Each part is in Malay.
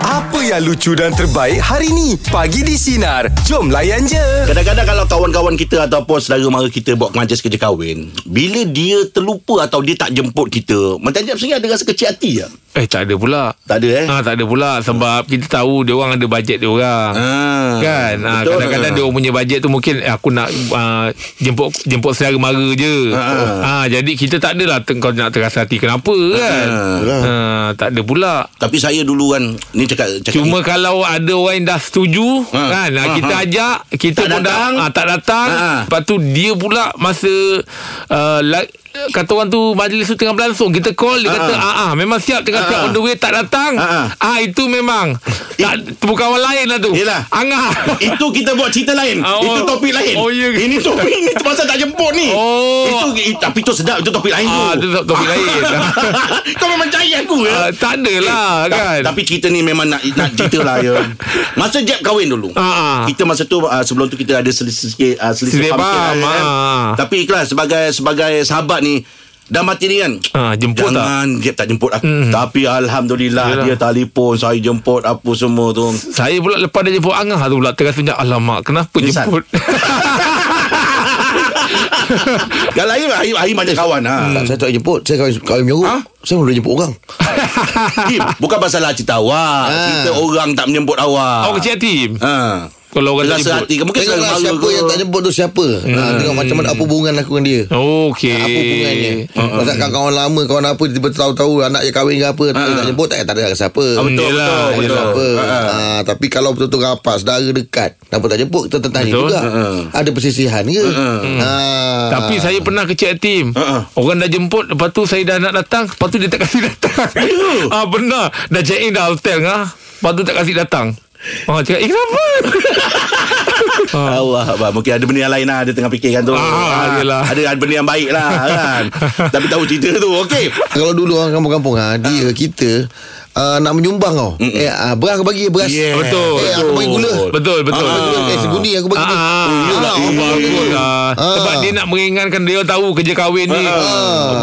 Apa yang lucu dan terbaik hari ni? Pagi di Sinar. Jom layan je. Kadang-kadang kalau kawan-kawan kita ataupun saudara mara kita buat majlis kerja kahwin, bila dia terlupa atau dia tak jemput kita, Mantan Jeb sebenarnya ada rasa kecil hati je. Eh tak ada pula Tak ada eh? ha, Tak ada pula Sebab kita tahu Dia orang ada bajet dia orang Ah, Kan ha, betul. Kadang-kadang dia orang punya bajet tu Mungkin eh, aku nak uh, Jemput jemput selera mara je Ah. ha, Jadi kita tak adalah ter- Kau nak terasa hati Kenapa kan lah. ha, Tak ada pula Tapi saya dulu kan, ni cakap... cakap Cuma kalau ada orang yang dah setuju Ha. kan ha, Ha, kita ha. ajak kita Tak pun datang. dah ha, tak datang Ha, ha. lepas tu dia pula masa uh, la, kata orang tu majlis tu tengah berlangsung kita call dia Ha, kata ha. ah ah memang siap tengah Ha, siap ha. on the way tak datang Ha, ha. ah itu memang tak bukan orang lain lah tu Yelah. angah Itu kita buat cerita lain Ah, oh. oh. Itu topik lain Oh, ya ke? Ini topik Ini pasal tak jemput ni Oh. itu, i- Tapi itu sedap Itu topik lain ah tu tu topik lain Kau memang cari aku ya Ah, tak adalah kan Tapi cerita ni memang nak nak cerita lah ya. Masa Jeb kahwin dulu. Ah, ah. Kita masa tu uh, sebelum tu kita ada selisih uh, selisih Selisih faham sikit faham, lah, kan. ah. Tapi ikhlas sebagai sebagai sahabat ni Dah mati ni kan Ah, jemput tak? Hmm. Jangan Jeb tak jemput aku mm. Tapi Alhamdulillah Yelah. Dia telefon Saya jemput Apa semua tu Saya pula lepas dia jemput Angah tu pula Terasa macam Alamak kenapa Pingsan. jemput Kalau Aim Aim, Aim ada kawan ha. Hmm. Tak, saya tak jemput Saya kahwin, kahwin menyuruh Ha? Saya boleh jemput orang Im, Bukan masalah cerita awak Ah. Cerita orang tak menjemput awak Awak kecil hati ha. Kalau orang Rasa tak jemput hati ke? Mungkin Tengoklah selera siapa malu yang ke. tak jemput tu siapa ha, Tengok macam mana Apa hubungan aku dengan dia Okey. Ah. Apa hubungannya Masa kawan-kawan lama Kawan apa Tiba-tiba tahu-tahu Anak dia kahwin ke apa Tapi tak jemput Tak tak ada rasa apa Ah, Betul Yelah, betul, Tak ada betul. yelah. apa. Ha. Ha, Tapi kalau betul-betul rapat Saudara dekat Kenapa tak jemput Kita tertanya Betul. juga Ha, Ada persisihan ke ha. Tapi saya pernah kecil tim. Ha-ha. Orang dah jemput, lepas tu saya dah nak datang, lepas tu dia tak kasi datang. ah benar. Dah check in dah hotel ah. Lepas tu tak kasi datang. Ah cakap, "Eh kenapa?" Allah abang mungkin ada benda yang lain lah dia tengah fikirkan tu. Ah, yelah. ada ada benda yang baik lah kan. Tapi tahu cerita tu. Okey. Kalau dulu orang kampung-kampung ha, Dia kita uh, Nak menyumbang kau eh, uh, Beras aku bagi beras Yeah. Betul. Eh, aku bagi gula. Betul, betul. Aku bagi gula. Eh segundi aku bagi ni. Ah, iyalah. ah, bagus lah. Ah. Sebab dia nak meringankan dia tahu kerja kahwin ni.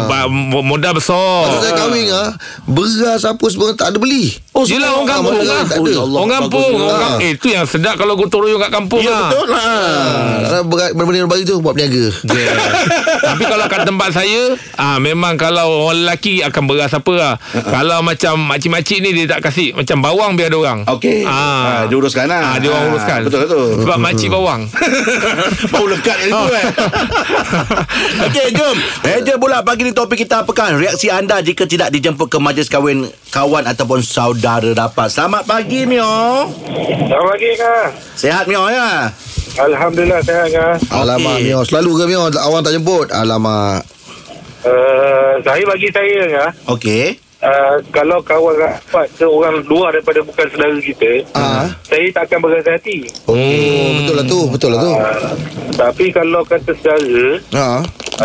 Ba- mo- Modal Masa besar. saya kahwin ah, beras apa semua tak ada beli. Oh, Yelah orang Ah, kampung masa lah. Tak ada. lah. Ah. Orang kampung. bagusnya. orang kampung. Eh, tu yang sedap kalau gotong royong kat kampung Ya lah. betul lah. Ah, beras- Benda-benda yang bagi tu buat peniaga. Yeah. Tapi kalau kat tempat saya ah memang kalau orang lelaki akan beras apa lah. Kalau macam makcik-makcik ni dia tak kasih macam bawang biar ada orang. Okey. Ah, dia uruskan lah. Ah, dia orang Ah, uruskan. betul, betul. Sebab makcik bawang. Bau lekat kat Oh. situ eh. Okey, jom. Meja bola pagi ni topik kita apakah reaksi anda jika tidak dijemput ke majlis kahwin kawan ataupun saudara rapat. Selamat pagi Mio. Selamat pagi Kak Sehat Mio ya. Alhamdulillah sehat Kak Alamak Mio Selalu ke Mio Awang tak jemput Alamak uh, Saya bagi saya Kak Okey. uh, Kalau kawan rapat ke orang luar daripada bukan saudara kita Ah. Saya tak akan berasa hati Oh Hmm. Betul lah tu Betul lah tu uh, Tapi kalau kata saudara Ha.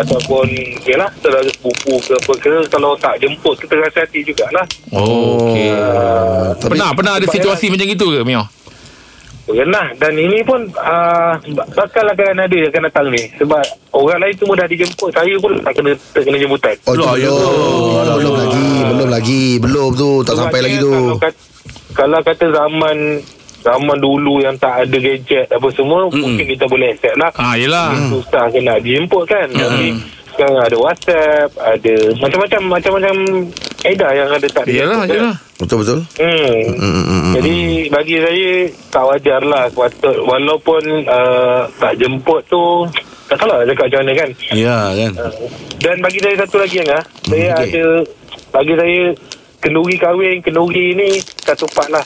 Ataupun Yalah saudara sepupu ke apa ke Kalau tak jemput kita rasa hati jugalah Eh, Oh, Okey. Pernah pernah ada sebab situasi macam itu ke Mio? Pernah dan ini pun uh, bakal akan ada yang akan datang ni sebab orang lain semua dah dijemput saya pun tak kena tak kena jemputan. Oh, tu Lah, ya. belum. Belum, belum lagi, belum lagi, belum tu tak sampai lagi tu. Kalau kata, kalau kata zaman zaman dulu yang tak ada gadget apa semua mm. mungkin kita boleh accept lah. Ah, yelah. Susah ke nak dijemput kan. Tapi sekarang ada WhatsApp, ada macam-macam macam-macam edah yang ada tak Yelah, dijemput kan. yelah. Betul betul. Hmm. Jadi bagi saya tak wajar lah patut walaupun uh, tak jemput tu tak salah cakap macam mana kan. Ya kan. Dan bagi saya satu lagi Angah Hmm, Saya okey. ada Bagi saya Kenduri kahwin Kenduri ni Satu part lah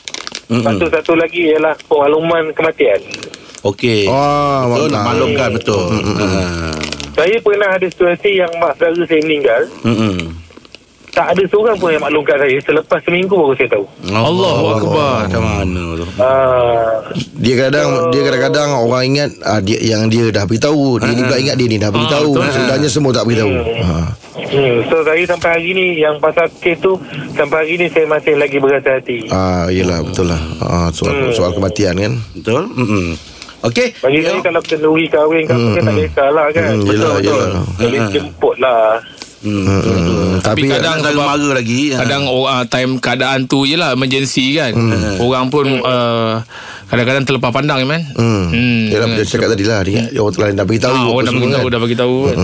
Hmm, Mm-mm. Satu-satu lagi Ialah pengalaman kematian Eh. Okey. Oh, Ah, Betul nak mantap. maklumkan betul. Ah. Saya pernah ada situasi Yang mak saudara saya meninggal Mm-mm. Tak ada seorang pun yang maklumkan saya Selepas seminggu baru saya tahu Allahu akbar. Macam Hmm. mana tu? uh, Dia kadang dia kadang-kadang orang ingat ah, dia yang dia dah beritahu, dia ni pula ingat dia ni dah beritahu. betul. Sebenarnya semua tak beritahu. Ha. hmm, So saya sampai hari ni Yang pasal kes tu Sampai hari ni Saya masih lagi berasa hati Ah, yelah betul lah. Ah, soal, soal kematian kan. Betul? Mm-mm. Okey. Bagi Mio. saya kalau kenduri kahwin Kan hmm, tak kisahlah kan Hmm, yelah, Betul-betul yelah. Jadi jemput lah Hmm. Hmm, Tapi tapi kadang- Kadang saya sebab- marah lagi. ha. Kadang oh, ah, time keadaan tu je lah Emergency kan Orang pun ah, Kadang-kadang terlepas pandang kan Hmm. Hmm. Yalah macam cakap tadi lah dia ingat orang lain dah beritahu. Ah, apa orang dah semua beritahu kan. Dah beritahu kan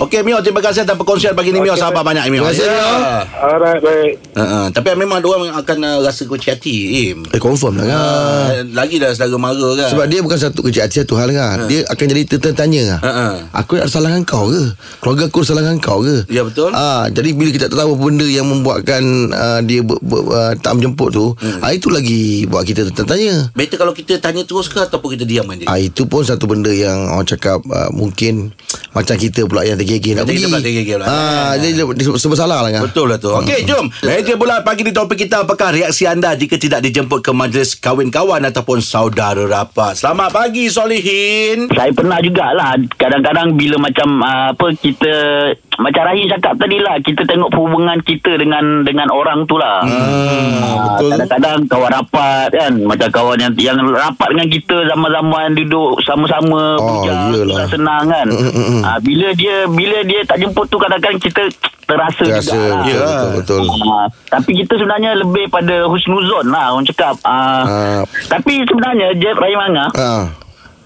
Okey Mio, terima kasih atas perkongsian pagi ni Mio. Sahabat banyak Mio. Terima kasih, Ya. Mio. Alright, baik. Ha, ha. Tapi memang orang akan uh, rasa kecil hati. Im. Eh confirm lah kan. Ah, Lagi dah saudara marah kan. Sebab dia bukan satu kerja hati satu hal kan. Dia akan jadi tertanya kan. Ha, ha. Aku ada salah dengan kau ke? Keluarga aku ada salah dengan kau ke? Ya, betul. Ah, jadi bila kita tak tahu apa benda yang membuatkan ah, dia ber, ber, ah, tak menjemput tu, hmm. ah, itu lagi buat kita tertanya. Better kalau kita tanya terus ke ataupun kita diamkan dia? Ah, itu pun satu benda yang orang cakap ah, mungkin macam kita pula yang tergigih nak Macam pergi. kita pula tergigih pula. Ah, jadi dia serba salah lah kan. Betul lah tu Okey jom Meja bulat pagi di topik kita Apakah reaksi anda Jika tidak dijemput ke majlis Kawan-kawan Ataupun saudara rapat Selamat pagi Solihin saya pernah jugalah kadang-kadang bila macam uh, apa kita macam Rahim cakap tadi lah kita tengok hubungan kita dengan dengan orang tu lah hmm, Ah, betul. kadang-kadang kawan rapat kan macam kawan yang yang rapat dengan kita zaman-zaman duduk sama-sama Oh, iyalah. susah senang kan Mm, mm, mm. uh, bila dia bila dia tak jemput tu kadang-kadang kita terasa, Terasa jugalah betul, Ya. betul, betul. Ah, tapi kita sebenarnya lebih pada husnuzon lah orang cakap. Ah. Ah, Tapi sebenarnya Jeff Rahimanga, Ah.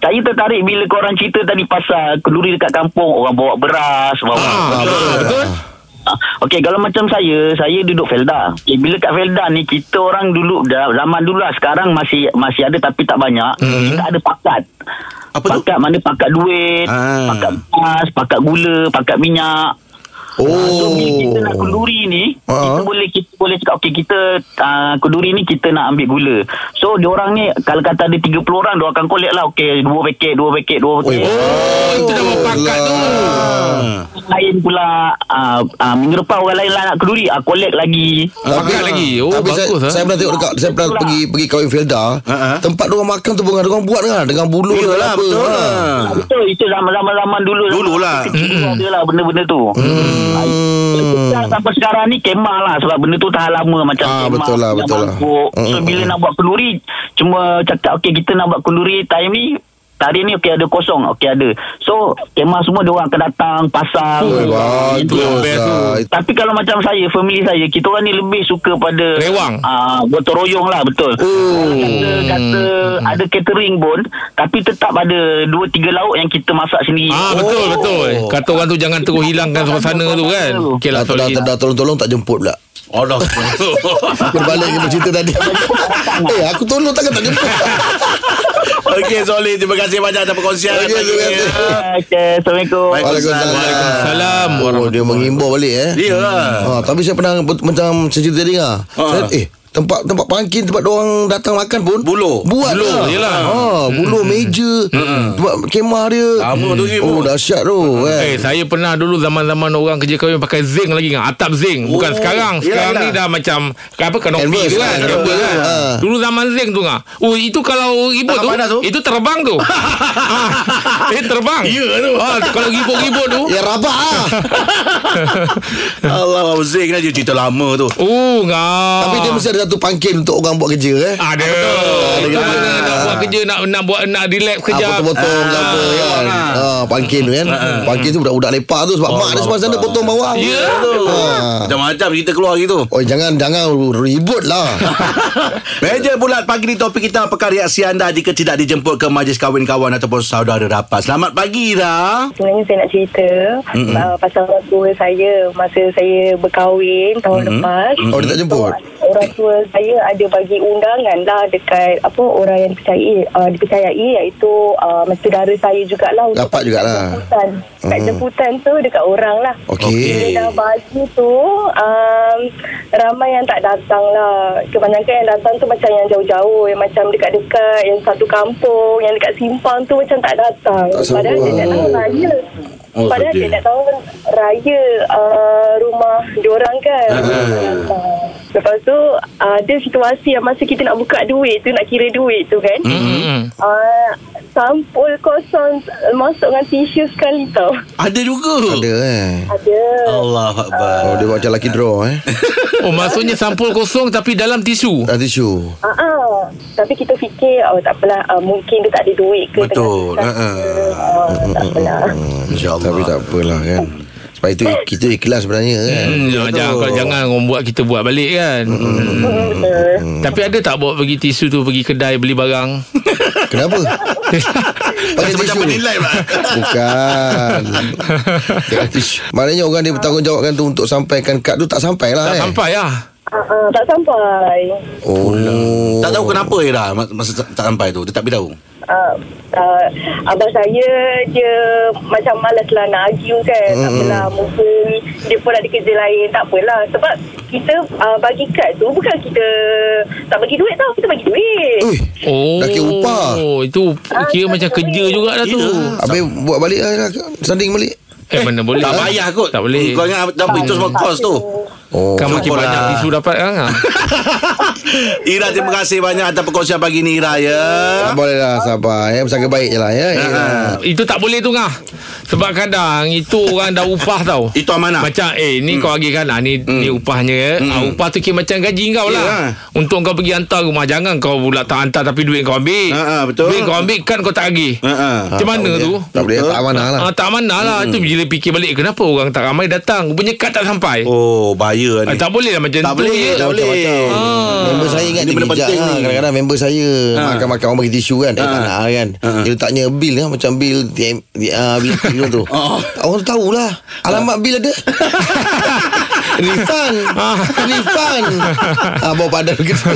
saya tertarik bila korang cerita tadi pasal kenduri dekat kampung orang bawa beras, bawa Ah, betul, betul. Ah, Okey, kalau macam saya, saya duduk Felda. Okay, bila kat Felda ni kita orang dulu dah- zaman dulu lah sekarang masih masih ada tapi tak banyak. Hmm. Kita ada pakat. Apa tu? pakat mana pakat duit, Ah. pakat emas, pakat gula, pakat minyak. Oh. Ah, So bila kita nak kenduri ni Ah. Kita boleh Kita boleh cakap Okay kita uh, Kenduri ni kita nak ambil gula So diorang ni Kalau kata ada 30 orang Diorang akan collect lah Okay dua paket Dua paket Dua paket Oh, itu dah berpakat Lah. tu Orang Lain pula uh, uh, Minggu depan orang lain lah Nak kenduri uh, Collect lagi Pakat lagi Oh, Tapi bagus saya, ah. saya pernah tengok dekat Saya pernah Itulah. pergi pergi kawin Felda ha. Tempat diorang makan tu Bukan diorang buat kan Dengan buluh Yelah dengan apa, betul ha. lah Ah, Betul Itu zaman-zaman zaman dulu Dulu lah. Kecil ada lah benda-benda tu hmm. Sampai sekarang ni Kemah lah Sebab benda tu tahan lama Macam Ah, kemah betul lah, macam betul lah. mangkuk. So Mm-mm. bila nak buat kenduri Cuma cakap Okay kita nak buat kenduri Time ni Hari ni okey ada kosong Okey ada So kemah semua Diorang akan datang Pasang Eh, Bagus Itulah best tu. lah. tapi kalau macam saya Family saya Kita orang ni lebih suka pada Rewang. uh, Gotong royong lah betul Oh. Kata, kata Ada catering pun Tapi tetap ada Dua tiga lauk Yang kita masak sendiri Ah betul betul. Kata orang tu jangan terus hilangkan suasana tu kan. Okeylah Dah, dah, Solihin. dah, dah lah, tolong-tolong tak jemput pula Oh no Berbalik ke bercerita tadi Eh aku tolong takkan tak jemput Okey Solihin Terima kasih banyak atas perkongsian Okey, pagi terima ni. kasih. Okay Assalamualaikum Waalaikumsalam. Oh dia mengimbau balik eh Dia lah ha, Tapi saya pernah Macam saya cerita tadi lah saya, Eh tempat tempat pangkin tempat orang datang makan pun Buluh. buat Buluh, lah. yelah. ha buluh meja tempat kemah dia Lama tu lagi, oh bro. dahsyat tu kan Eh, saya pernah dulu zaman-zaman orang kerja kahwin pakai zinc lagi kan. Atap zinc. Bukan Oh, sekarang. yelah. Sekarang ni dah macam apa kanopi Canvas tu kan. lah. Canvas kan. Ha. Dulu zaman zinc tu kan. Oh, itu kalau ribut Tangan tu, panas tu. itu terbang tu. Ah, eh, terbang. Ya tu. Ah, kalau ribut-ribut tu. Ya rabak lah Allah Abang Zik ni dia cerita lama tu Oh, ngah. Ah, Tapi dia mesti ada satu pangkin Untuk orang buat kerja eh ada. Itu mana nak buat kerja nak nak buat nak relax Ah, kejap. potong-potong ke apa kan. Ah, pangkin tu kan. Pangkin tu budak-budak lepak tu sebab mak dia sebab sana potong bawang. Ya. Ah. Macam-macam cerita keluar gitu Oh jangan jangan ribut lah. Meja bulat pagi ni topik kita Apakah reaksi anda Jika tidak dijemput ke majlis kawan-kawan Ataupun saudara rapat Selamat pagi dah Sebenarnya saya nak cerita mm-hmm. uh, pasal orang tua saya masa saya berkahwin tahun mm-hmm. lepas. Oh dia tak jemput. So, orang tua saya ada bagi undangan lah dekat apa orang yang dipercayai uh, dipercayai iaitu uh, saudara saya jugalah untuk Rapat jugalah. jemputan. Dekat Mm. jemputan tu dekat orang lah. Okey. Bila dah baju tu um, Ramai yang tak datang lah Kebanyakan yang datang tu Macam yang jauh-jauh Yang macam dekat-dekat Yang satu kampung Yang dekat simpang tu Macam tak datang Tak lah. sabar. Padahal dia nak tahu raya Oh, Padahal sedih. dia nak tahu kan, Raya uh, Rumah diorang kan Ah, uh. Lepas tu Ada situasi yang Masa kita nak buka duit tu Nak kira duit tu kan Hmm. uh, Sampul kosong Masuk dengan tisu sekali tau Ada juga Ada eh. Ada Allah Akbar Oh dia buat macam lucky draw eh. Oh, maksudnya sampul kosong tapi dalam tisu. Ada tisu. Ah, tapi kita fikir oh tak apalah uh, mungkin dia tak ada duit ke Betul. ah. tengah susah Ha-ha. Hmm, ke. Ah, tak apalah. InsyaAllah Tapi tak apalah kan. Sebab itu kita ikhlas sebenarnya kan. Hmm, Betul. jangan, kalau jangan orang buat kita buat balik kan. Hmm. Betul. Tapi ada tak bawa pergi tisu tu pergi kedai beli barang? Kenapa? Pakai Rasa macam tisu. penilai pula. Bukan. Jangan tisu. Maknanya orang dia bertanggungjawabkan tu untuk sampaikan kad tu tak sampai lah tak eh. sampai lah. Ah, ah, tak sampai. Oh. Tak tahu kenapa je dah mas- Masa tak tak sampai tu Dia tak beritahu Uh, uh, abang saya dia macam malas lah nak argue kan mm. tak apalah mungkin dia pun ada kerja lain tak apalah sebab kita uh, bagi kad tu bukan kita tak bagi duit tau kita bagi duit Ui. Oh. Dah kira upah. Itu kira Ah, macam tak kerja boleh. juga dah tu. Habis buat balik lah Sanding balik Eh, mana boleh. Tak payah kot Tak boleh. Kau ingat dah itu semua kos Hmm, tu Oh Kan makin syukur banyak lah. tisu dapat kan. ah. Ira terima kasih banyak Atas perkongsian pagi ni Ira ya Tak boleh lah sabar ya. Bersangka baik je lah ya. Ah. Itu tak boleh tu ngah. Sebab kadang itu orang dah upah tau. Itu amanah Macam eh ni kau agih kan ah, ni ni upahnya ya. Ah, upah tu kira macam gaji kau lah. Yelah. Untuk kau pergi hantar rumah jangan kau pula tak hantar tapi duit kau ambil. Ha, ha, betul. Duit kau ambil kan kau tak agih. Ha, ha. Macam mana tak tu? boleh. Tak boleh tak amanah lah Ah, tak mana lah Itu bila fikir balik Kenapa orang tak ramai datang Rupanya kad tak sampai Oh oh, bahaya ni ah, Tak boleh lah macam Tak tu boleh je Tak boleh Ah. Member saya ingat Ini dia benda bijak penting lah. ni. Ah. Kadang-kadang member saya Ha. Makan-makan orang bagi tisu kan Eh tak nak kan Dia letaknya bil kan Macam bil TM, ah, Bil bil tu Oh. Ah. Orang tu tahulah Alamat bil ada Rifan Rifan ah, Bawa padan gitu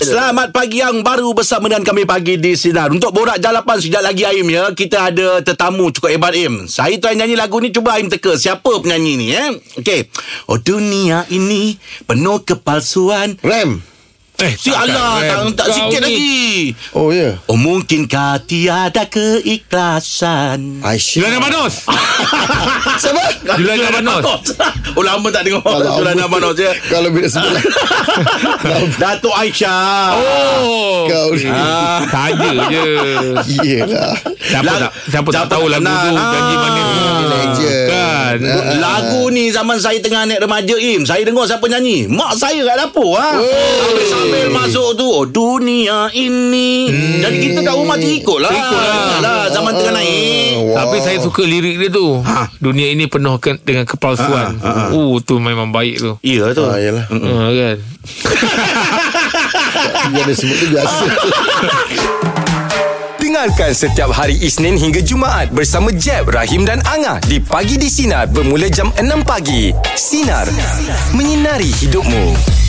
Selamat pagi yang baru bersama dengan kami pagi di Sinar Untuk Borak Jalapan sejak lagi Aim ya Kita ada tetamu cukup hebat Aim Saya tuan nyanyi lagu ni cuba Aim teka Siapa penyanyi ni eh Okey Oh dunia ini penuh kepalsuan Ram Eh Si Allah tak, tak Kau sikit ni. lagi Oh ya yeah. Oh mungkinkah tiada keikhlasan Aisyah Juliana Manos Siapa? Juliana Manos Oh lama tak dengar Juliana Manos ya Kalau bila sebut lah. Datuk Aisyah Oh Kau ni Ah, Saja je Yelah Siapa Lag- tak Siapa tak dapat tahu lagu kenal. tu Ah. Janji mana Legend. Kan Ah. Lagu ni zaman saya tengah anak remaja Im Saya dengar siapa nyanyi Mak saya kat dapur ha? Sambil-sambil masuk tu oh, Dunia ini hmm. Jadi kita kat rumah terikut lah Terikut lah, lah Zaman tengah naik Wow. Tapi saya suka lirik dia tu Dunia ini penuh ke- dengan kepalsuan Oh tu memang baik tu Ya tu Ah, yelah Ah, kan Dia ada sebut tu biasa Dengarkan setiap hari Isnin hingga Jumaat bersama Jeb, Rahim dan Angah di Pagi di Sinar bermula jam 6 pagi. Sinar. Menyinari hidupmu.